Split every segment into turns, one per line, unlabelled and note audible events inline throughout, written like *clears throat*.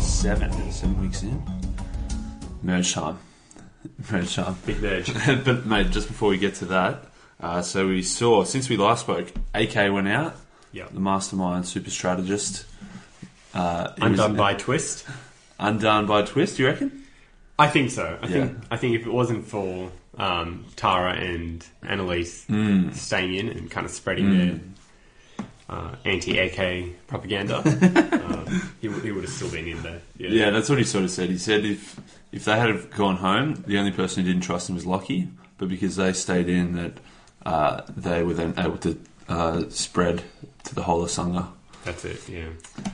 seven, seven weeks in. Merge *laughs* time. Merge time.
Big merge.
*laughs* but mate, just before we get to that, uh, so we saw since we last spoke, AK went out,
*laughs* Yeah.
the mastermind, super strategist. Uh, he was
Undone by twist.
undone by twist. You reckon?
I think so. I
Yeah.
think I think if it wasn't for um, Tara and Annalise staying in and kind of spreading their uh, anti-AK *laughs* propaganda, uh, he, w- he would have still been in there. Yeah.
Yeah, that's what he sort of said. He said if if they had have gone home, the only person who didn't trust him was Lockie, but because they stayed in, that uh, they were then able to uh, spread to the whole of Sunga.
that's it. Yeah,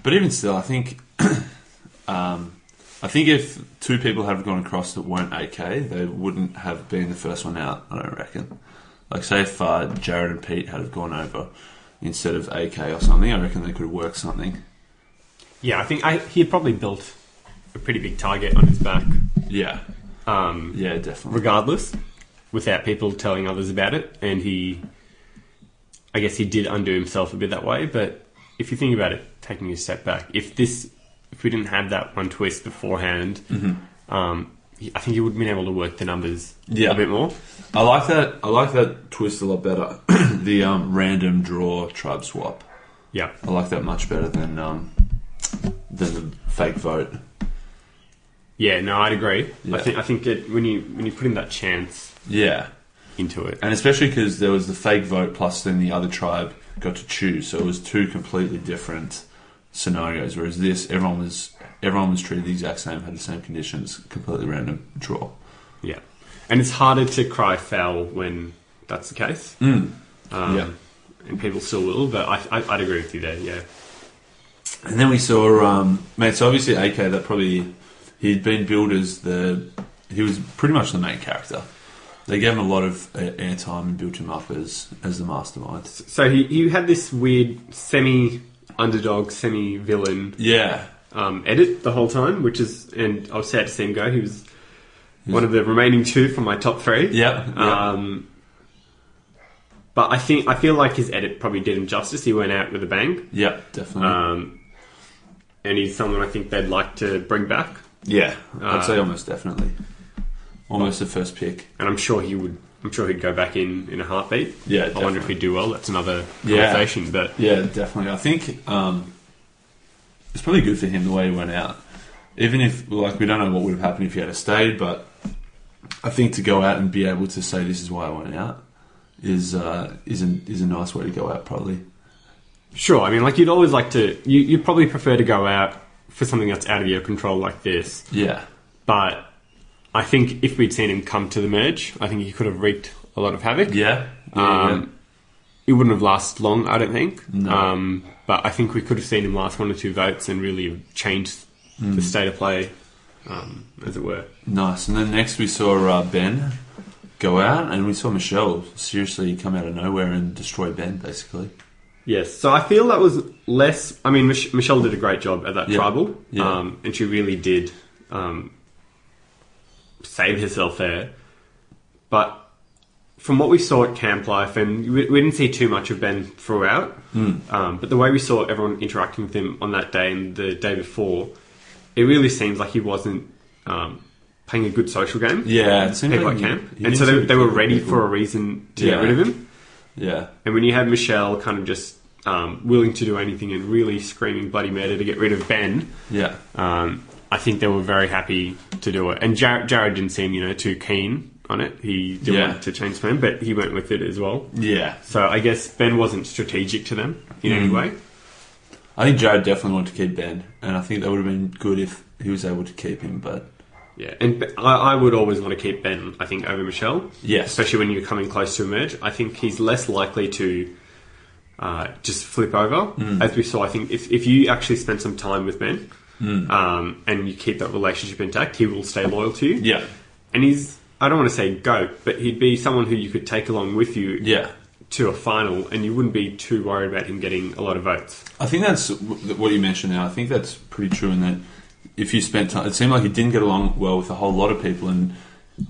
But even still, I think, *coughs* um, I think if two people had gone across that weren't 8K, they wouldn't have been the first one out. I don't reckon. Like, say if uh, Jared and Pete had have gone over instead of 8K or something, I reckon they could have worked something.
yeah. I think I, he had probably built a pretty big target on his back.
Yeah,
Um,
yeah, definitely.
regardless, without people telling others about it. And he, I guess he did undo himself a bit that way. But if you think about it, taking a step back, if this, if we didn't have that one twist beforehand, um, I think he would have been able to work the numbers
Mm-hmm. Yeah.
a bit more.
I like that. I like that twist a lot better. *coughs* the um, random draw tribe swap.
Yeah,
I like that much better than um, than the fake vote.
yeah. No, I'd agree.
Yeah.
I think I think it, when you when you put in that chance
Yeah.
into it,
And especially because there was the fake vote, plus then the other tribe got to choose, so it was two completely different scenarios. Whereas this, everyone was everyone was treated the exact same, had the same conditions, completely random draw.
yeah. And it's harder to cry foul when that's the case. Um,
Mm. Yeah.
And people still will, but I, I, I'd agree with you there. Yeah.
And then we saw, um, mate. So obviously, AK that probably he'd been billed as the he was pretty much the main character. They gave him a lot of uh, airtime and built him up as as the mastermind.
So he, he had this weird semi underdog, semi villain
Yeah,
um, edit the whole time, which is, and I was sad to see him go. He was one of the remaining two from my top three.
Yep, yep.
Um, but I think I feel like his edit probably did him justice. He went out with a bang,
yeah, definitely.
um, and he's someone I think they'd like to bring back.
yeah, I'd
uh,
say almost definitely, almost the first pick.
And I'm sure he would. I'm sure he'd go back in in a heartbeat.
Yeah,
I wonder if
definitely.
he'd do well. That's another
Yeah.
conversation. But
Yeah, definitely. I think um, it's probably good for him the way he went out. Even if, like, we don't know what would have happened if he had have stayed, but I think to go out and be able to say this is why I went out is uh, is a, is a nice way to go out, probably.
Sure, I mean, like you'd always like to. You, you'd probably prefer to go out for something that's out of your control like this.
Yeah,
But I think if we'd seen him come to the merge, I think he could have wreaked a lot of havoc.
yeah, yeah,
Um, It wouldn't have lasted long, I don't think.
No.
Um, but I think we could have seen him last one or two votes and really changed
Mm.
the state of play, um, as it
yeah.
were.
nice. And then next we saw uh, Ben go out, and we saw Michelle seriously come out of nowhere and destroy Ben, basically.
Yes, so I feel that was less. I mean, Mich- Michelle did a great job at that
Yeah.
tribal,
Yeah.
Um, and she really did um, save herself there. But from what we saw at camp life, and we, we didn't see too much of Ben throughout,
Hmm.
um, but the way we saw everyone interacting with him on that day and the day before, it really seems like he wasn't um, playing a good social game.
Yeah, it seemed
people
like
at
he-
camp,
he
and so
didn't
they,
seem
they were
to-
ready for a reason to
Yeah.
get rid of him.
Yeah,
And when you have Michelle kind of just um, willing to do anything and really screaming bloody murder to get rid of Ben,
yeah,
um, I think they were very happy to do it. And Jared, Jared didn't seem, you know, too keen on it. He didn't
Yeah.
want to change plan, but he went with it as well.
yeah.
So I guess Ben wasn't strategic to them in any way.
I think Jared definitely wanted to keep Ben, and I think that would have been good if he was able to keep him. But
Yeah, and Be- I, I would always want to keep Ben, I think, over Michelle.
Yes.
Especially when you're coming close to a merge. I think he's less likely to uh, just flip over.
Hmm.
As we saw, I think if, if you actually spend some time with Ben
Hmm.
um, and you keep that relationship intact, he will stay loyal to you.
yeah,
And he's, I don't want to say goat, but he'd be someone who you could take along with you
yeah,
to a final and you wouldn't be too worried about him getting a lot of votes.
I think that's w- what you mentioned. Now I think that's pretty true in that if you spent time, it seemed like he didn't get along well with a whole lot of people, and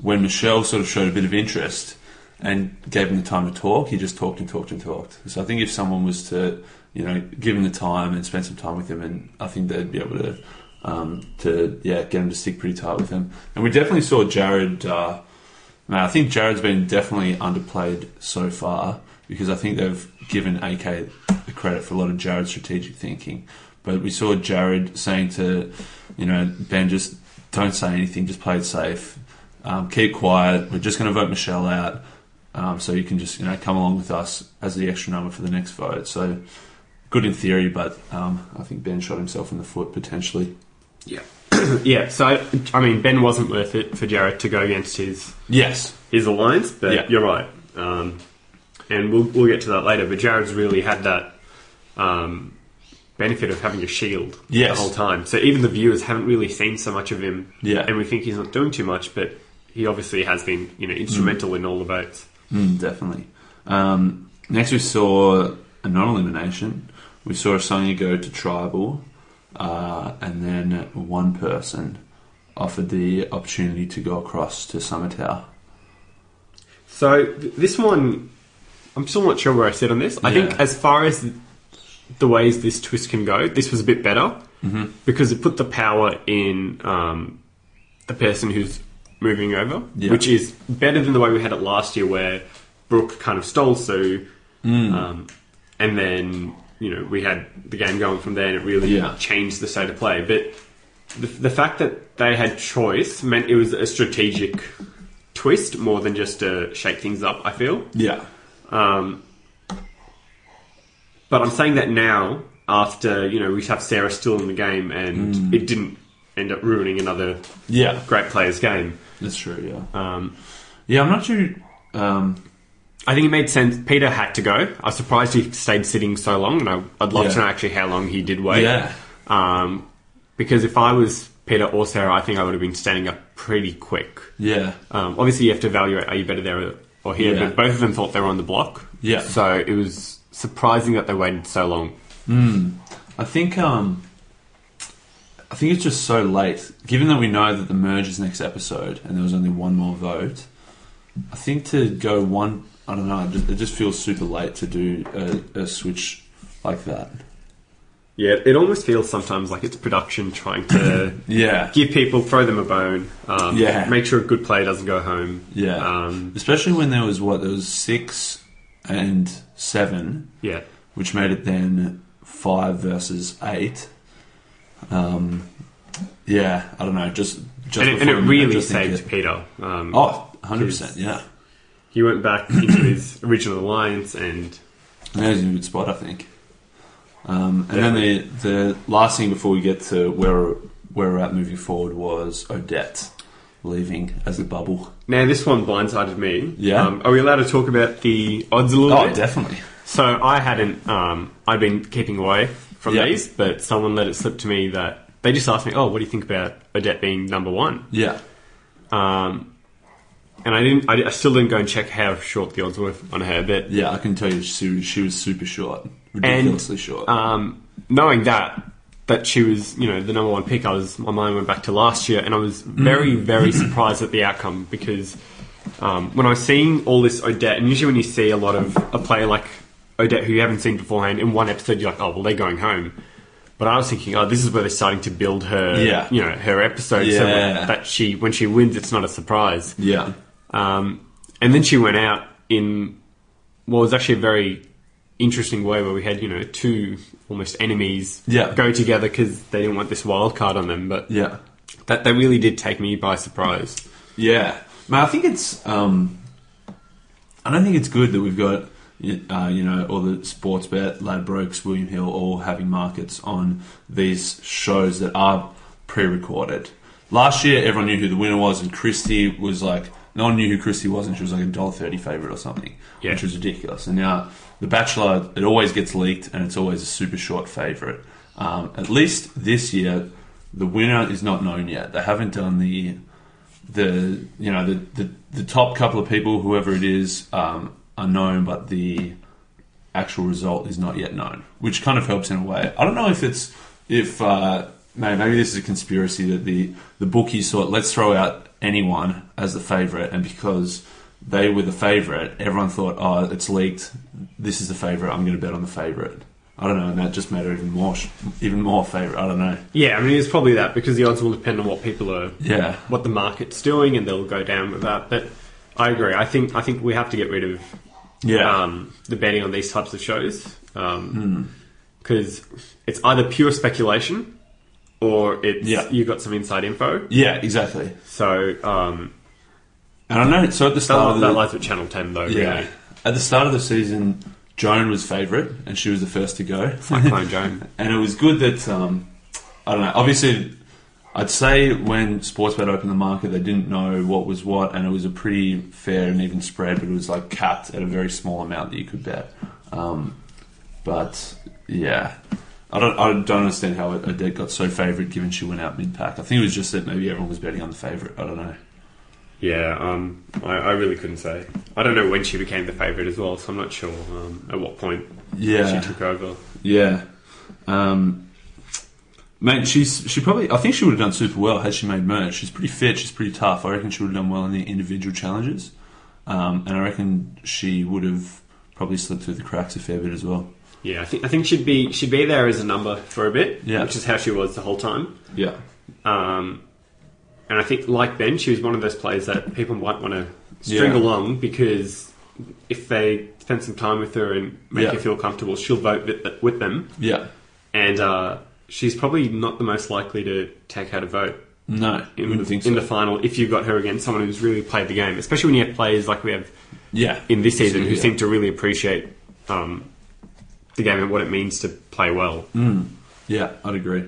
when Michelle sort of showed a bit of interest and gave him the time to talk, he just talked and talked and talked. So I think if someone was to you know give him the time and spend some time with him, and I think they'd be able to um, to yeah get him to stick pretty tight with him. And we definitely saw Jared. Uh, man, I think Jared's been definitely underplayed so far because I think they've given AK the credit for a lot of Jared's strategic thinking. But we saw Jared saying to you know Ben, just don't say anything, just play it safe, um, keep quiet. We're just going to vote Michelle out. Um, so you can just you know come along with us as the extra number for the next vote. So good in theory, but um, I think Ben shot himself in the foot potentially.
Yeah. *clears throat* yeah, so I, I mean, Ben wasn't worth it for Jared to go against his
Yes,
his alliance, but
Yeah.
you're right. Um, and we'll, we'll get to that later. But Jared's really had that um, benefit of having a shield
Yes.
the whole time. So even the viewers haven't really seen so much of him.
Yeah.
And we think he's not doing too much, but he obviously has been you know instrumental in all the votes.
mm, definitely. Um, next, we saw a non-elimination. We saw Sonya go to tribal, uh, and then one person offered the opportunity to go across to Summit Tower.
So th- this one, I'm still not sure where I sit on this. I
Yeah.
think as far as the ways this twist can go, this was a bit better
Mm-hmm.
because it put the power in um, the person who's moving over,
Yeah.
which is better than the way we had it last year, where Brooke kind of stole Sue,
Mm.
um, and then you know we had the game going from there, and it really
Yeah.
changed the state of play. But the, the fact that they had choice meant it was a strategic twist more than just to shake things up. I feel.
Yeah,
Um, but I'm saying that now after you know we have Sarah still in the game and
Mm.
it didn't end up ruining another
yeah,
great player's game.
that's true. Yeah,
Um,
yeah. I'm not sure. Um,
I think it made sense. Peter had to go. I was surprised he stayed sitting so long, and I, I'd love
Yeah.
to know actually how long he did wait.
Oh, yeah,
Um, because if I was Peter or Sarah, I think I would have been standing up pretty quick.
yeah,
Um, obviously, you have to evaluate are you better there or here,
Yeah.
but both of them thought they were on the block.
Yeah.
So it was surprising that they waited so long.
I think um, I think it's just so late. Given that we know that the merge is next episode and there was only one more vote, I think to go one, I don't know. It just, it just feels super late to do a, a switch like that.
Yeah, it almost feels sometimes like it's production trying
*coughs*
to
Yeah,
give people, throw them a bone, um,
Yeah.
make sure a good player doesn't go home.
yeah.
Um,
Especially when there was what there was six and seven,
yeah.
which made it then five versus eight. Um, yeah, I don't know. Just just
And it, and
before
it
the merge,
really
I think
saved
it-
Peter. Um,
Oh, 100%, yeah.
He went back into his *coughs* original alliance and
And that was in a good spot, I think. Um, and then the the last thing before we get to where where we're at moving forward was Odette leaving as the bubble.
now this one blindsided me.
Yeah.
Um, are we allowed to talk about the odds a little
Oh,
bit?
definitely.
So I hadn't. Um, I'd been keeping away from
Yeah.
these, but someone let it slip to me that they just asked me, "Oh, what do you think about Odette being number one?"
Yeah,
Um, and I didn't. I, di- I still didn't go and check how short the odds were on her, but
yeah. I can tell you, she was, she was super short, ridiculously short.
um, knowing that that she was, you know, the number one pick, I was my mind went back to last year, and I was
Mm.
very,
*clears throat*
very surprised at the outcome because um, when I was seeing all this Odette, and usually when you see a lot of a player like Odette who you haven't seen beforehand in one episode, you're like, oh well, they're going home. But I was thinking, oh, this is where they're starting to build her,
Yeah.
you know, her episode. So
Yeah.
that she, when she wins, it's not a surprise.
yeah,
Um, and then she went out in what was actually a very interesting way where we had, you know, two almost enemies
Yeah.
go together because they didn't want this wild card on them. But
yeah,
that, that really did take me by surprise.
yeah. Man, I think it's. Um, I don't think it's good that we've got y- uh, you know all the sports bet, Ladbrokes, William Hill, all having markets on these shows that are pre-recorded. Last year, everyone knew who the winner was, and Christie was like no one knew who Christie was, and she was like a dollar thirty favorite or something,
Yeah.
which was ridiculous. And now The Bachelor, it always gets leaked, and it's always a super short favorite. Um, at least this year, the winner is not known yet. They haven't done the the you know the, the the top couple of people, whoever it is, um, are known, but the actual result is not yet known, which kind of helps in a way. I don't know if it's if uh, man, maybe this is a conspiracy that the the bookies thought let's throw out anyone as the favorite, and because they were the favorite, everyone thought oh it's leaked, this is the favorite, I'm going to bet on the favorite. I don't know, and that just made her even more, sh- even more favorite. I don't know.
Yeah, I mean, it's probably that because the odds will depend on what people are,
Yeah,
what the market's doing, and they'll go down with that. But I agree. I think I think we have to get rid of
yeah,
um, the betting on these types of shows because
Hmm.
it's either pure speculation or it's
Yeah.
you got some inside info.
yeah, exactly.
So um,
And I know. So at the
that,
start of
that
the
lies with Channel Ten, though.
yeah,
Really,
at the start of the season, Joan was favorite, and she was the first to
*laughs*
go. *laughs*
Cyclone Joan.
And it was good that um, I don't know. Obviously, I'd say when Sportsbet opened the market, they didn't know what was what, and it was a pretty fair and even spread, but it was like capped at a very small amount that you could bet. Um, but yeah, I don't, I don't understand how Odette got so favourite given she went out mid pack. I think it was just that maybe everyone was betting on the favourite. I don't know.
Yeah, um, I, I really couldn't say. I don't know when she became the favourite as well, so I'm not sure um, at what point
Yeah,
she took over.
yeah. Um, mate, she's she probably I think she would have done super well had she made merge. She's pretty fit. She's pretty tough. I reckon she would have done well in the individual challenges, um, and I reckon she would have probably slipped through the cracks a fair bit as well.
Yeah, I think I think she'd be she'd be there as a number for a bit,
Yeah.
which is how she was the whole time.
Yeah,
Um, and I think, like Ben, she was one of those players that people might want to string
Yeah.
along because if they spend some time with her and make
Yeah.
her feel comfortable, she'll vote with, with them.
yeah.
And uh, she's probably not the most likely to take out a vote
No, you
in, the,
wouldn't think
in
so.
the final if you got her against someone who's really played the game, especially when you have players like we have
yeah,
in this season who
Yeah.
seem to really appreciate um, the game and what it means to play well.
Yeah, I'd agree.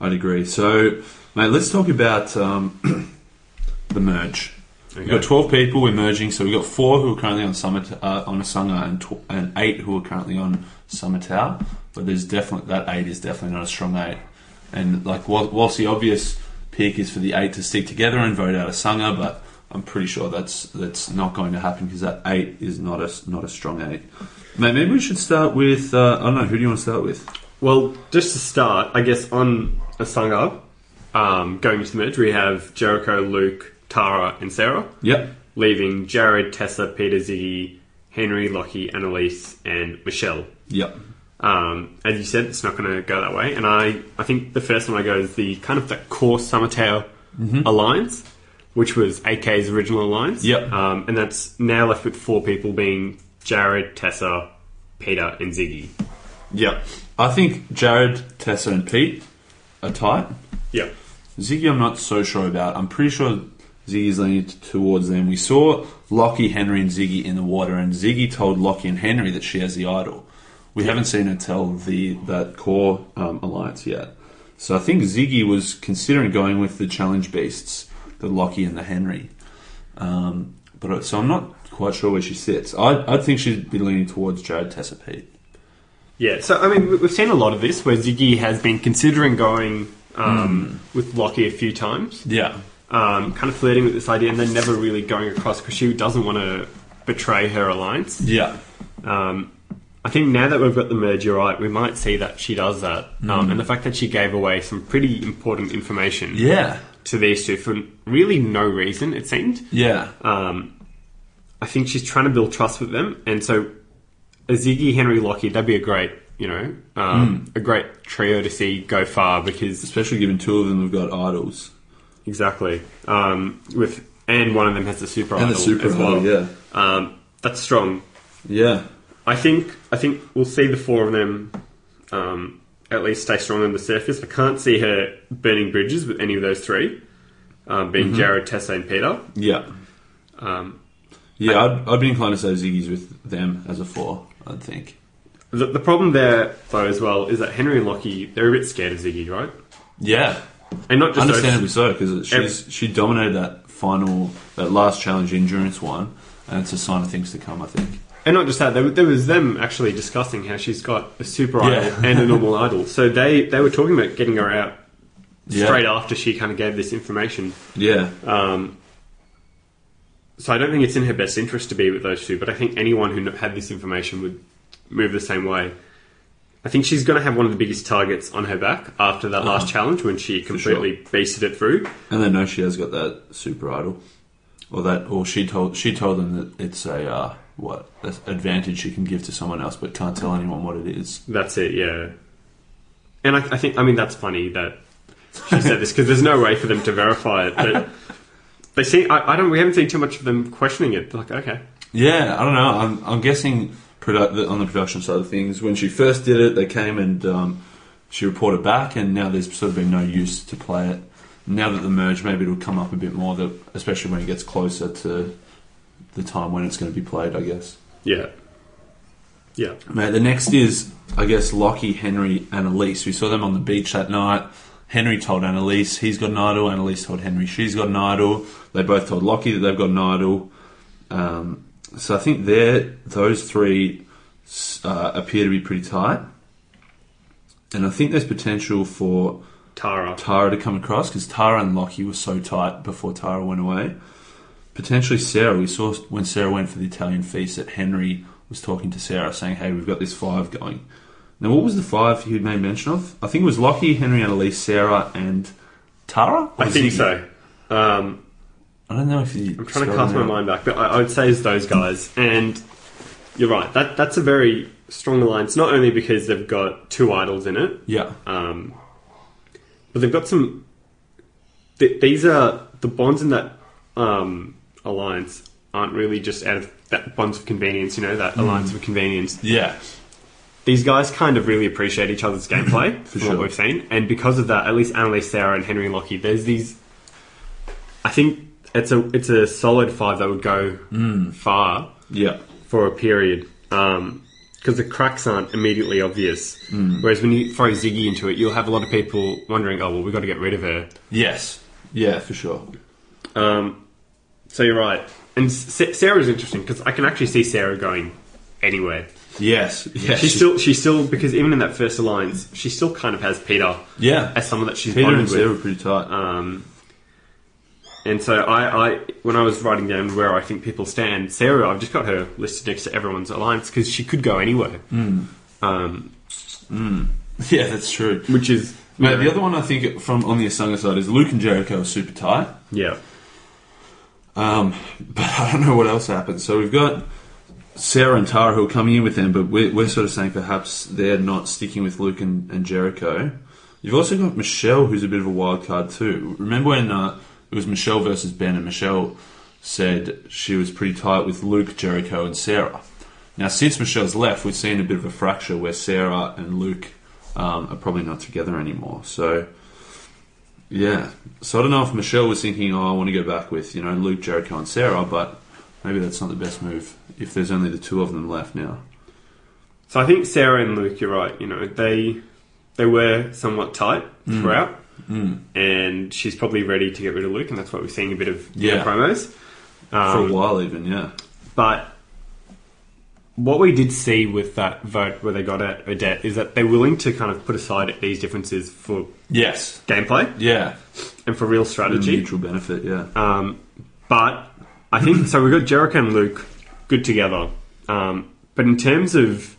I'd agree. So, mate, let's talk about um, *clears throat* the merge. We've got
Okay.
twelve people. We're merging, so we've got four who are currently on Summit uh, on Asanga and tw- and eight who are currently on Summit Tower. But there's definitely that eight is definitely not a strong eight. And like, whil- whilst the obvious pick is for the eight to stick together and vote out Asanga, but I'm pretty sure that's that's not going to happen because that eight is not a s- not a strong eight. Mate, maybe we should start with uh, I don't know who do you want to start with?
Well, just to start, I guess on Asanga, um, going into the merge, we have Jericho, Luke, Tara, and Sarah,
Yep.
leaving Jared, Tessa, Peter, Ziggy, Henry, Lockie, Annalise, and Michelle.
Yep.
Um, as you said, it's not going to go that way. And I, I think the first one I go is the kind of that core Summertail Mm-hmm. alliance, which was AK's original alliance.
Yep.
Um, and that's now left with four people being Jared, Tessa, Peter, and Ziggy.
Yeah. I think Jared, Tessa, and Pete are tight.
Yep.
Ziggy, I'm not so sure about. I'm pretty sure Ziggy's leaning t- towards them. We saw Lockie, Henry, and Ziggy in the water, and Ziggy told Lockie and Henry that she has the idol. We haven't seen her tell the that core um, alliance yet. So I think Ziggy was considering going with the challenge beasts, the Lockie and the Henry. Um, but I- so I'm not quite sure where she sits. I I think she'd be leaning towards Jared, Tessa, Pete.
Yeah, so I mean, we- we've seen a lot of this where Ziggy has been considering going um, with Lockie a few times,
Yeah.
um, kind of flirting with this idea, and then never really going across because she doesn't want to betray her alliance.
Yeah.
Um, I think now that we've got the merge, you're right, we might see that she does that, um, and the fact that she gave away some pretty important information
Mm. Yeah.
to these two for really no reason, it seemed.
Yeah.
Um, I think she's trying to build trust with them, and so a Ziggy, Henry, Lockie, that'd be a great, you know, um,
Mm.
a great trio to see go far because
Especially given two of them have got idols.
exactly um, with and one of them has the super
And the
idol
super
as well.
idol, yeah.
um, that's strong.
Yeah.
I think I think we'll see the four of them um, at least stay strong on the surface. I can't see her burning bridges with any of those three, um, being
Mm-hmm.
Jared, Tessa, and Peter.
Yeah.
Um,
Yeah, I'd, I'd be inclined to say Ziggy's with them as a four, I'd think.
The, the problem there, though, as well, is that Henry and Lockie, they're a bit scared of Ziggy, right?
Yeah.
And not just
Understandably so, because she's
Ev-
she dominated that final, that last challenge, the endurance one, and it's a sign of things to come, I think.
those- and not just that, there, there was them actually discussing how she's got a super idol
Yeah.
and a normal idol. So they, they were talking about getting her out
Yeah.
straight after she kind of gave this information.
Yeah.
Um, so I don't think it's in her best interest to be with those two, but I think anyone who kn- had this information would move the same way. I think she's going to have one of the biggest targets on her back after that last challenge when she
sure.
completely beasted it through.
And they know she has got that super idol. or that, or she told she told them that it's a uh, what a advantage you can give to someone else, but can't tell anyone what it is.
That's it, yeah. And I, I think, I mean, that's funny that she said this because there's no way for them to verify it. But they see, I, I don't, we haven't seen too much of them questioning it. Like, okay,
Yeah, I don't know. I'm, I'm guessing produ- the- on the production side of things, when she first did it, they came and um, she reported back, and now there's sort of been no use to play it. Now that the merge, maybe it'll come up a bit more, that, especially when it gets closer to the time when it's going to be played, I guess.
yeah, yeah,
Mate, the next is, I guess, Lockie, Henry, and Elise. We saw them on the beach that night. Henry told Annalise he's got an idol. Annalise told Henry she's got an idol. They both told Lockie that they've got an idol. Um, so I think there, those three s- uh, appear to be pretty tight. And I think there's potential for
Tara.
Tara to come across because Tara and Lockie were so tight before Tara went away. Potentially Sarah. We saw when Sarah went for the Italian feast that Henry was talking to Sarah saying, "Hey, we've got this five going." Now, what was the five he made mention of? I think it was Lockie, Henry, Annalise, Sarah, and Tara. Or
I think
Ziggy?
so. Um,
I don't know if he.
I'm trying to cast my mind back, but I, I would say it's those guys. And you're right. That that's a very strong alliance. Not only because they've got two idols in it,
Yeah,
Um, but they've got some. Th- these are the bonds in that um, alliance aren't really just out of that bonds of convenience. You know that alliance of convenience.
yeah,
These guys kind of really appreciate each other's gameplay from
sure.
what we've seen, and because of that, at least Annalise, Sarah, and Henry Lockie, there's these. I think it's a it's a solid five that would go far
yeah,
for a period because the cracks aren't immediately obvious. Whereas when you throw Ziggy into it, you'll have a lot of people wondering, "Oh, well, we've got to get rid of her."
yes, yeah, for sure.
Um, so you're right, and S- Sarah's interesting because I can actually see Sarah going anywhere.
Yes, yes.
She's still, she's still because even in that first alliance, she still kind of has Peter *laughs*
yeah.
as someone that she's
Peter
bonded
and
with.
Sarah were pretty tight.
Um, and so I, I, when I was writing down where I think people stand, Sarah, I've just got her listed next to everyone's alliance because she could go anywhere, um,
*laughs* yeah, that's true.
which is
Mate, the other one I think from on the Asanga side is Luke and Jericho are super tight.
yeah,
Um, *laughs* but I don't know what else happened. So we've got Sarah and Tara who are coming in with them, but we're, we're sort of saying perhaps they're not sticking with Luke and, and Jericho. You've also got Michelle, who's a bit of a wild card too. Remember when uh, it was Michelle versus Ben, and Michelle said she was pretty tight with Luke, Jericho, and Sarah. Now, since Michelle's left, we've seen a bit of a fracture where Sarah and Luke um, are probably not together anymore. So. Yeah. So I don't know if Michelle was thinking, oh, I want to go back with, you know, Luke, Jericho, and Sarah, but maybe that's not the best move if there's only the two of them left now.
So I think Sarah and Luke, you're right. You know, they they were somewhat tight throughout, and she's probably ready to get rid of Luke, and that's what we're seeing a bit of in the
Yeah.
promos.
For
Um,
a while, even, yeah.
But what we did see with that vote where they got at Odette is that they're willing to kind of put aside these differences for
Yes.
gameplay
Yeah.
and for real
The
strategy.
mutual benefit, yeah.
Um, but I think so. We've got Jericho and Luke good together. Um, but in terms of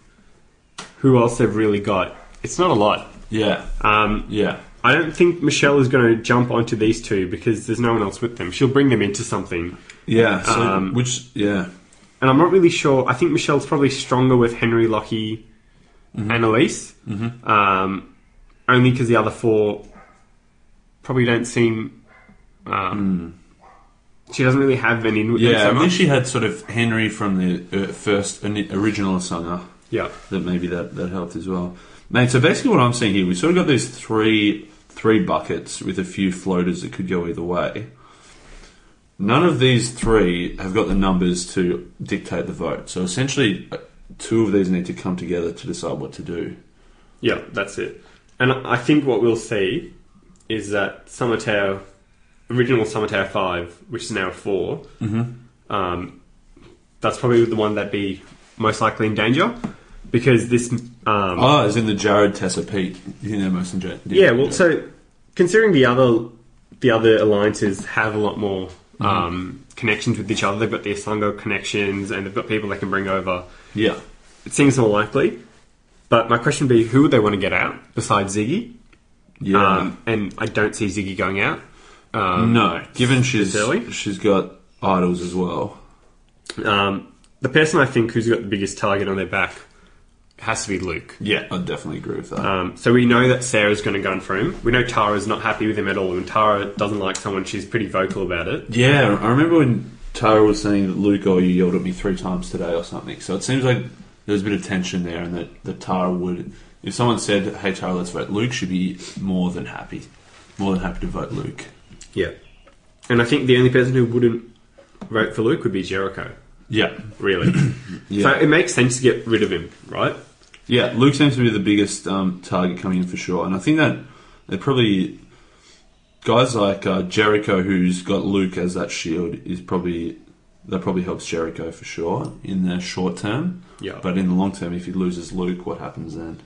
who else they've really got, it's not a lot.
Yeah.
Um,
Yeah.
I don't think Michelle is going to jump onto these two because there's no one else with them. She'll bring them into something.
Yeah. So,
Um,
which, yeah.
And I'm not really sure. I think Michelle's probably stronger with Henry, Lockie, and Elise. Mm-hmm. Um, only because the other four probably don't seem. Um, She doesn't really have an in with them
Yeah.
so
I
much.
think she had sort of Henry from the uh, first ini- original Asanga.
yeah.
that maybe that, that helped as well. Mate, so basically what I'm seeing here, we've sort of got these three three buckets with a few floaters that could go either way. None of these three have got the numbers to dictate the vote. So essentially, uh, two of these need to come together to decide what to do.
Yeah, that's it. And I think what we'll see is that Summer Tower, original Summer Tower 5, which is now 4, um, that's probably the one that'd be most likely in danger because this. Um,
Oh, as in the Jared Tessa Pete. You think they're most in ja-
yeah, well, so considering the other the other alliances have a lot more um, connections with each other, they've got the Asango connections and they've got people they can bring over.
Yeah.
It seems more likely. But my question would be who would they want to get out besides Ziggy?
Yeah.
Um, and I don't see Ziggy going out. Um,
no, given she's
Giselle?
she's got idols as well.
Um, the person I think who's got the biggest target on their back has to be Luke.
Yeah, I definitely agree with that.
Um, so we know that Sarah's going to gun for him. We know Tara's not happy with him at all, and Tara doesn't like someone. She's pretty vocal about it.
Yeah, I remember when Tara was saying that Luke, oh, you yelled at me three times today or something. So it seems like there was a bit of tension there, and that, that Tara would, if someone said, "Hey, Tara, let's vote," Luke should be more than happy, more than happy to vote Luke.
Yeah. And I think the only person who wouldn't vote for Luke would be Jericho,
Yeah,
really.
Yeah.
So it makes sense to get rid of him, right?
yeah. Luke seems to be the biggest um, target coming in for sure, and I think that they probably guys like uh, Jericho, who's got Luke as that shield, is probably that probably helps Jericho for sure in the short term.
Yeah.
But in the long term, if he loses Luke, what happens then?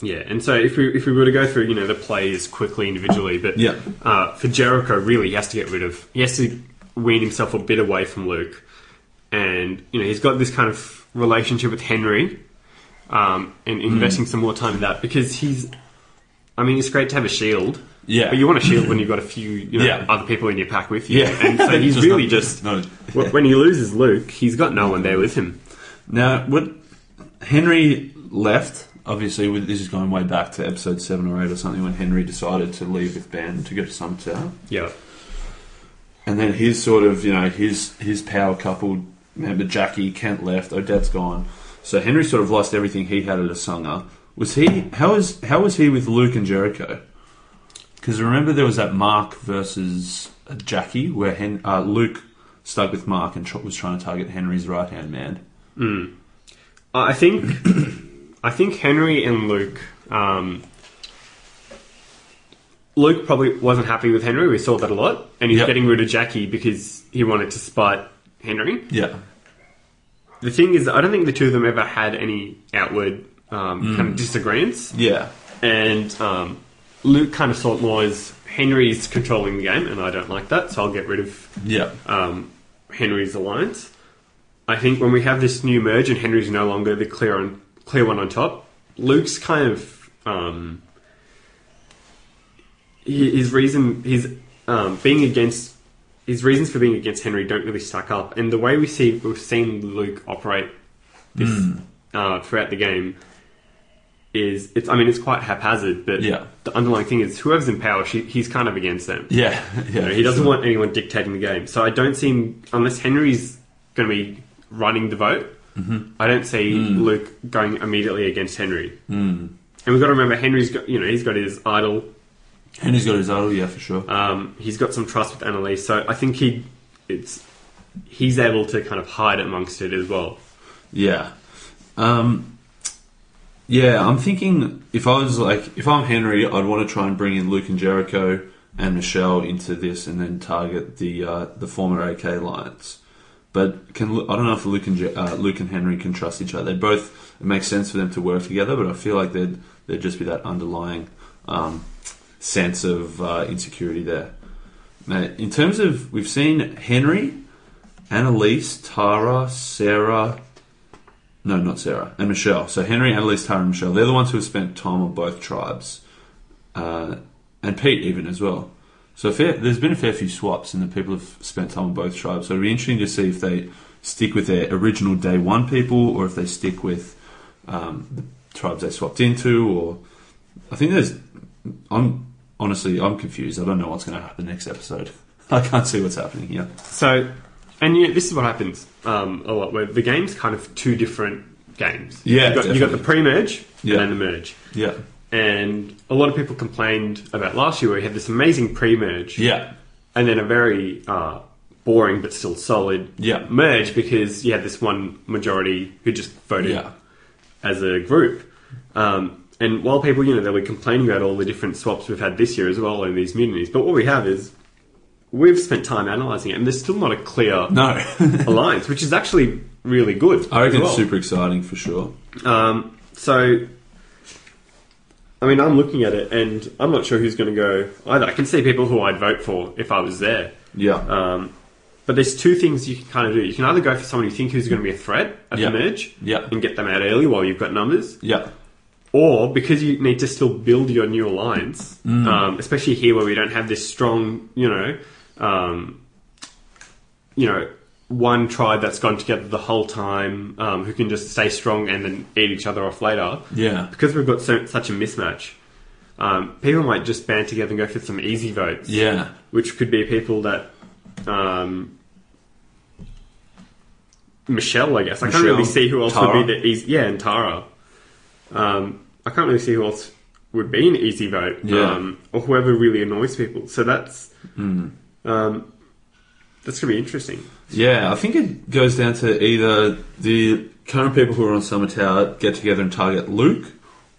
Yeah, and so if we if we were to go through, you know, the plays quickly individually, but
Yeah.
uh, for Jericho, really, he has to get rid of, he has to wean himself a bit away from Luke, and you know, he's got this kind of relationship with Henry, um, and
Hmm.
investing some more time in that because he's, I mean, it's great to have a shield,
Yeah.
but you want a shield when you've got a few, you know,
Yeah.
other people in your pack with you,
Yeah,
*laughs*
*laughs*
and so he's really
not-
just.
not-
wh- When he loses Luke, he's got no one there with him.
now. What Henry left? Obviously, with, this is going way back to episode seven or eight or something when Henry decided to leave with Ben to go to Summer Tower,
Yeah,
and then his sort of you know his his power coupled member Jackie Kent left. Odette's gone, so Henry sort of lost everything he had at Asanga. Was he how is how was he with Luke and Jericho? Because remember there was that Mark versus uh, Jackie where Hen, uh, Luke stuck with Mark and tr- was trying to target Henry's right hand man.
Uh, I think I think Henry and Luke. Um, Luke probably wasn't happy with Henry. We saw that a lot, and he's
Yep.
getting rid of Jackie because he wanted to spite Henry.
Yeah.
The thing is, I don't think the two of them ever had any outward um, kind of disagreements,
Yeah.
and um, Luke kind of saw it more as Henry's controlling the game, and I don't like that, so I'll get rid of
Yeah.
um, Henry's alliance. I think when we have this new merge and Henry's no longer the clear on clear one on top, Luke's kind of um, hi- his reason his um, being against his reasons for being against Henry don't really stack up, and the way we see we've seen Luke operate this uh, throughout the game is it's I mean it's quite haphazard, but
Yeah.
the underlying thing is whoever's in power, she, he's kind of against them.
Yeah. *laughs* Yeah.
You know, he doesn't want anyone dictating the game. So I don't see him, unless Henry's going to be running the vote,
Mm-hmm.
I don't see Luke going immediately against Henry.
Mm.
And we've got to remember, Henry's got, you know, he's got his idol.
Henry's got his idol, yeah, for sure.
Um, he's got some trust with Annalise. So I think he, it's, he's able to kind of hide amongst it as well.
Yeah. Um, yeah, I'm thinking if I was like, if I'm Henry, I'd want to try and bring in Luke and Jericho and Michelle into this and then target the uh, the former AK alliance. But can Lu- I don't know if Luke and Je- uh, Luke and Henry can trust each other. They both it makes sense for them to work together, but I feel like there'd there'd just be that underlying um, sense of uh, insecurity there. Now, in terms of we've seen Henry, Annalise, Tara, Sarah, no, not Sarah and Michelle. So Henry, Annalise, Tara, and Michelle—they're the ones who have spent time on both tribes, uh, and Pete even as well. So a fair, there's been a fair few swaps, and the people have spent time on both tribes. So it'll be interesting to see if they stick with their original day one people, or if they stick with um, the tribes they swapped into. Or I think there's. I'm honestly, I'm confused. I don't know what's going to happen next episode. *laughs* I can't see what's happening here.
So, and you know, this is what happens um, a lot, where the game's kind of two different games.
Yeah,
You've got, you've got the pre-merge
Yeah.
and then the merge.
Yeah,
And a lot of people complained about last year where we had this amazing pre merge
yeah,
and then a very uh, boring but still solid
Yeah.
merge because you had this one majority who just voted
Yeah.
as a group. Um, and while people, you know, they'll be complaining about all the different swaps we've had this year as well and these mutinies, but what we have is we've spent time analysing it and there's still not a clear
no. *laughs*
alliance, which is actually really good.
I reckon
as
it's
well.
super exciting for sure.
Um, so, I mean, I'm looking at it, and I'm not sure who's going to go either. I can see people who I'd vote for if I was there.
Yeah.
Um, but there's two things you can kind of do. You can either go for someone you think who's going to be a threat at
Yeah.
the merge,
Yeah.
and get them out early while you've got numbers,
yeah.
or because you need to still build your new alliance,
Mm.
um, especially here where we don't have this strong, you know. Um, you know, one tribe that's gone together the whole time, um, who can just stay strong and then eat each other off later.
Yeah.
Because we've got so, such a mismatch, um, people might just band together and go for some easy votes.
Yeah.
Which could be people that. Um, Michelle, I guess. I can't
Michelle,
really see who else
Tara.
would be the easy. Yeah, and Tara. Um, I can't really see who else would be an easy vote.
Yeah. Hmm.
Um, or whoever really annoys people. So that's. Um, that's going to be interesting.
Yeah, I think it goes down to either the current people who are on Summer Tower get together and target Luke,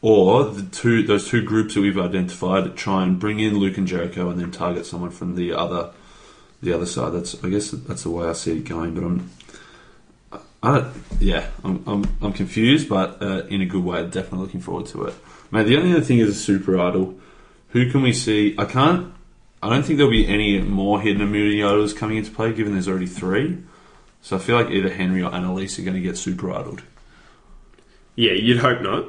or the two those two groups that we've identified try and bring in Luke and Jericho and then target someone from the other the other side. That's I guess that's the way I see it going. But I'm I don't, yeah, I'm, I'm I'm confused, but uh, in a good way. Definitely looking forward to it. Mate, the only other thing is Super Idol. Who can we see? I can't. I don't think there'll be any more hidden immunity idols coming into play, given there's already three. So I feel like either Henry or Annalise are going to get super idled.
Yeah, you'd hope not.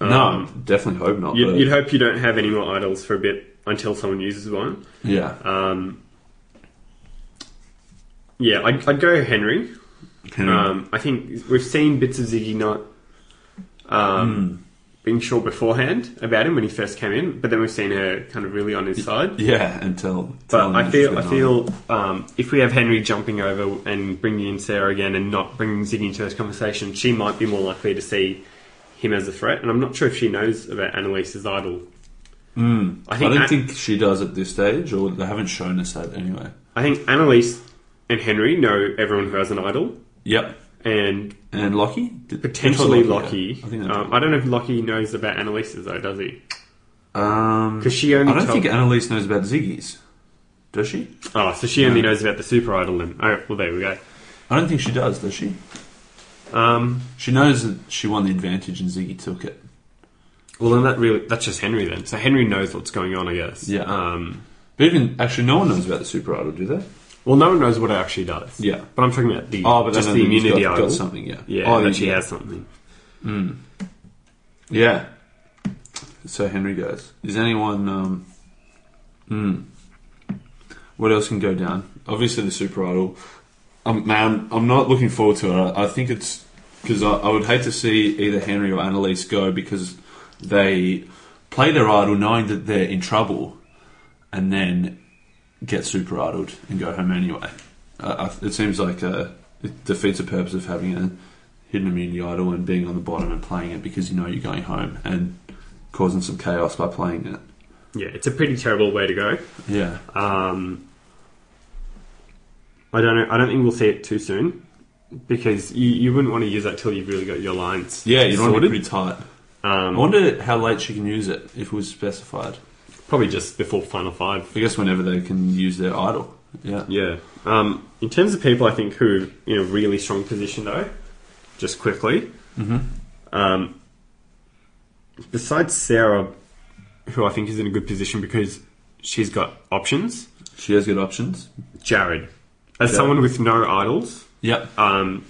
no, definitely hope not.
You'd,
but-
you'd hope Um, you don't have any more idols for a bit until someone uses one.
yeah,
Um, yeah, I'd, I'd go Henry.
Henry.
Um, I think we've seen bits of Ziggy not
Hmm.
um, being sure beforehand about him when he first came in, but then we've seen her kind of really on his side.
yeah, and tell. tell
But
him
I
she's
feel I
been
feel um, if we have Henry jumping over and bringing in Sarah again and not bringing Ziggy into this conversation, she might be more likely to see him as a threat. And I'm not sure if she knows about Annalise's idol.
on. Mm.
I
I,
think
don't
An-
think she does at this stage, or they haven't shown us that anyway.
I think Annalise and Henry know everyone who has an idol,
Yep,
and
and Lockie Did-
potentially
they told
Lockie.
yeah. I think they
um,
told-
I don't know if Lockie knows about Annalise's though, does he?
um,
Because she
I
only
don't
told-
think Annalise knows about Ziggy's. Does she?
Oh, so she only knows about the super idol then. Oh, well, there we go.
I don't think she does. Does she?
Um,
She knows that she won the advantage and Ziggy took it.
well, then that really that's just Henry then. So Henry knows what's going on, I guess.
Yeah.
Um,
But even actually, no one knows about the super idol, do they?
well, no one knows what it actually does.
Yeah.
But I'm talking about the
Oh, but
just
then
the
he's
immunity
got,
idol.
got something. Yeah.
Yeah,
Oh,
that
he's-
she has something.
Yeah. So Henry goes. Is anyone? Um, hmm. What else can go down? Obviously, the super idol. Um, man, I'm not looking forward to it. I, I think it's because I, I would hate to see either Henry or Annalise go because they play their idol knowing that they're in trouble, and then get super idled and go home anyway. Uh, I, it seems like uh, it defeats the purpose of having a hidden immunity idol and being on the bottom and playing it because you know you're going home and causing some chaos by playing it.
Yeah, it's a pretty terrible way to go.
Yeah.
Um, I don't know. I don't think we'll see it too soon because you, you wouldn't want to use that till you've really got your lines.
Yeah, you know,
sorted.
pretty tight. I
Um,
wonder how late she can use it if it was specified.
probably just before final five.
I guess whenever they can use their idol. Yeah.
Yeah. Um, in terms of people, I think who in a really strong position though, just quickly. Mm-hmm. Um, besides Sarah, who I think is in a good position because she's got options.
She has good options.
Jared, as
Jared.
someone with no idols,
Yep.
um,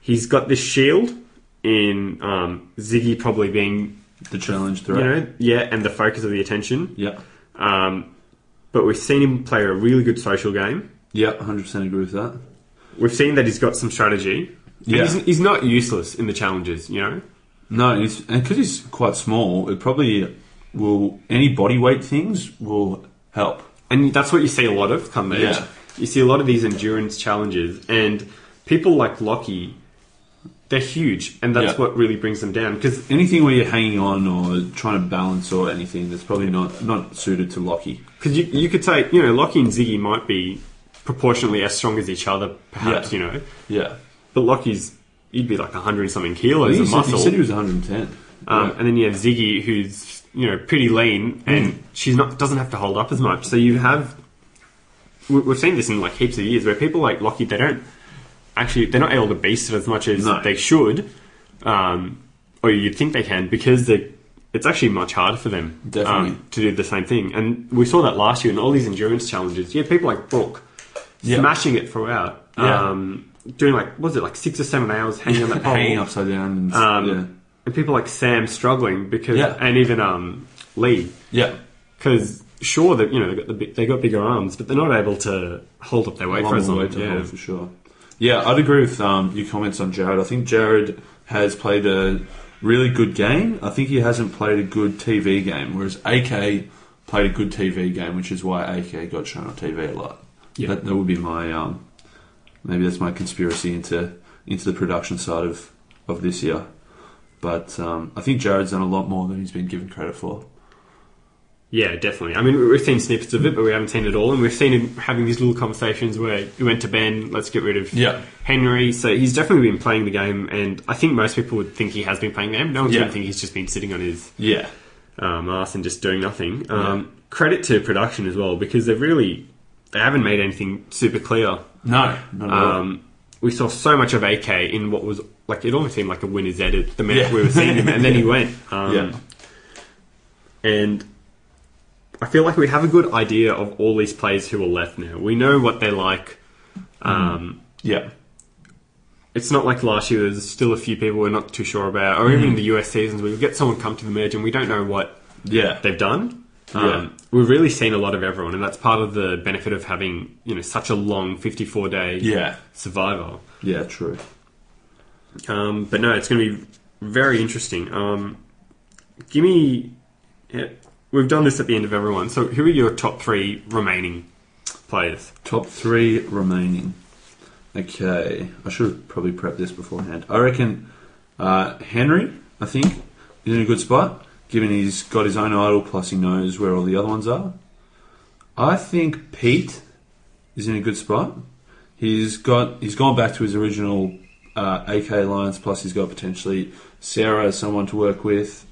he's got this shield in um, Ziggy probably being,
The challenge
you
threat.
know, yeah, and the focus of the attention.
Yep.
Um, but we've seen him play a really good social game.
Yep, 100% agree with that.
We've seen that he's got some strategy. And
Yeah.
He's, he's not useless in the challenges, you know?
No, it's, and because he's quite small, it probably will. Any body weight things will help.
And that's what you see a lot of come age.
Yeah.
You see a lot of these endurance challenges, and people like Lockie, they're huge, and that's
Yeah.
what really brings them down. Because
Anything where you're hanging on or trying to balance or anything, that's probably not not suited to Lockie.
Because you, you could say, you know, Lockie and Ziggy might be proportionally as strong as each other, perhaps,
Yeah.
you know.
Yeah.
But Lockie's, he'd be like 100 and something kilos
He
of
said,
muscle.
he said he was 110.
um,
Yeah.
And then you have Ziggy, who's, you know, pretty lean and she's not doesn't have to hold up as much. So you have. we- We've seen this in like heaps of years where people like Lockie, they don't actually, they're not able to beast it as much as
No.
they should, um, or you'd think they can, because they. It's actually much harder for them
Definitely.
um, to do the same thing, and we saw that last year in all these endurance challenges. You had people like Brooke
Yeah.
smashing it throughout,
Yeah.
um, doing like what was it like six or seven hours hanging
*laughs*
on that pole,
Hanging upside down. And,
um, and people like Sam struggling because,
Yeah.
and even um, Lee
yeah. Yeah.
because sure that you know they got the big, they got bigger arms, but they're not able to hold up their
A
weight
lot
for
more
as long.
weight to
yeah.
hold, for sure. Yeah, I'd agree with um, your comments on Jared. I think Jared has played a really good game. I think he hasn't played a good TV game, whereas AK played a good TV game, which is why AK got shown on TV a lot.
Yeah.
That, that would be my um, maybe that's my conspiracy into into the production side of of this year. But um, I think Jared's done a lot more than he's been given credit for.
Yeah, definitely. I mean, we- we've seen snippets of it, but we haven't seen it all. And we've seen him having these little conversations where he went to Ben, let's get rid of
Yeah.
Henry. So he's definitely been playing the game, and I think most people would think he has been playing the game. No one's
Yeah.
going to think he's just been sitting on his
Yeah.
um, ass and just doing nothing. Um, Credit to production as well, because they've really they haven't made anything super clear.
No. Not at all.
Um, we saw so much of AK in what was like it almost seemed like a winner's edit the minute
Yeah.
we were
*laughs*
seeing him, and then he went. Um,
Yeah.
And I feel like we have a good idea of all these players who are left now. We know what they're like. Um,
Yeah.
It's not like last year. There's still a few people we're not too sure about, or
Mm.
even in the US seasons, we get someone come to the merge and we don't know what
Yeah.
they've done. Um,
Yeah.
We've really seen a lot of everyone, and that's part of the benefit of having you know such a long 54 day
Yeah.
survival.
Yeah. True.
Um, but no, it's going to be very interesting. Um, give me. yeah, we've done this at the end of everyone. So, who are your top three remaining players?
Top three remaining. Okay, I should have probably prepped this beforehand. I reckon uh, Henry, I think, is in a good spot, given he's got his own idol, plus he knows where all the other ones are. I think Pete is in a good spot. He's got he's gone back to his original uh, AK alliance, plus he's got potentially Sarah as someone to work with.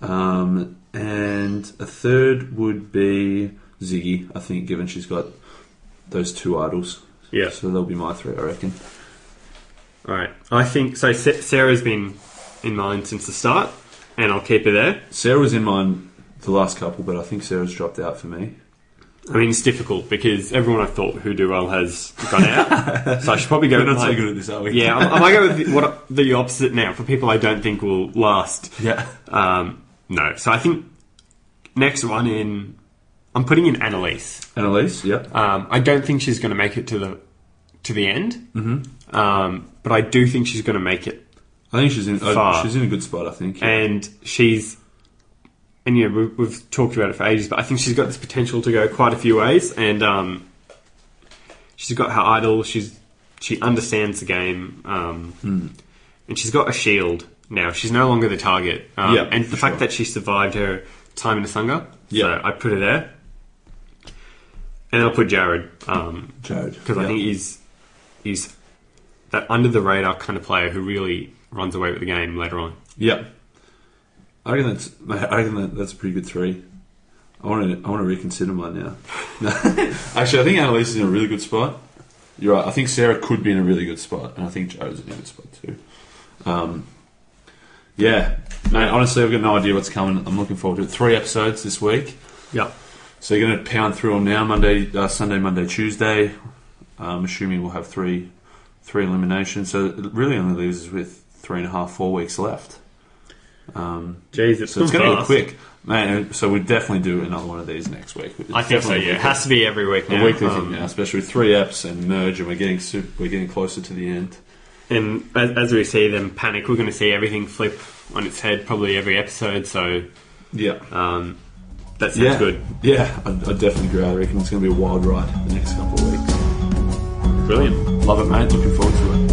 Um, and a third would be Ziggy, I think, given she's got those two idols.
Yeah.
So they'll be my three, I reckon.
All right. I think so. Sa- Sarah's been in mine since the start, and I'll keep her there.
Sarah was in mine the last couple, but I think Sarah's dropped out for me.
I mean, it's difficult because everyone I thought who do well has
*laughs*
gone out. so I should probably go.
We're not
with
so
mine.
good at this, are we?
Yeah, I, I might go with the, what I- the opposite now for people I don't think will last.
Yeah.
Um, no. So I think next one in, I'm putting in Annalise.
Annalise, yeah.
Um, I don't think she's going to make it to the to the end, mm-hmm. um, but I do think she's going to make it,
I think she's in.
Far.
Uh, she's in a good spot. I think.
and she's. And you know we've, we've talked about it for ages, but I think she's got this potential to go quite a few ways, and um, she's got her idol. She's she understands the game, um,
Hmm.
and she's got a shield now. She's no longer the target, um,
Yeah,
and the
for
fact
sure.
that she survived her time in Asanga,
Yeah.
so I put her there, and then I'll put Jared. Um,
Jared,
because I
yeah.
think he's he's that under the radar kind of player who really runs away with the game later on.
Yeah. I reckon that's. I reckon that, that's a pretty good three. I want to. I want to reconsider mine now. *laughs* No. Actually, I think Annalise is in a really good spot. You're right. I think Sarah could be in a really good spot, and I think Joe's in a good spot too. Um, yeah, mate. Honestly, I've got no idea what's coming. I'm looking forward to it. Three episodes this week,
Yeah,
so you're going to pound through them now. Monday, uh, Sunday, Monday, Tuesday. I'm assuming we'll have three, three eliminations. So it really only leaves us with three and a half, four weeks left. Um,
jeez, it's,
so it's going to go quick, man. uh, So we definitely do another one of these next week. It's
I think so.
definitely
Yeah, it has to be every week
a
now.
weekly
um,
thing now, especially with three apps and merge, and we're getting super, we're getting closer to the end.
And as, as we see them panic, we're going to see everything flip on its head probably every episode. So
Yeah,
um, that sounds
Uh, yeah,
good.
Yeah, I, I definitely agree. I reckon it's going to be a wild ride the next couple of weeks.
Brilliant.
Love it, mate. Looking forward to it.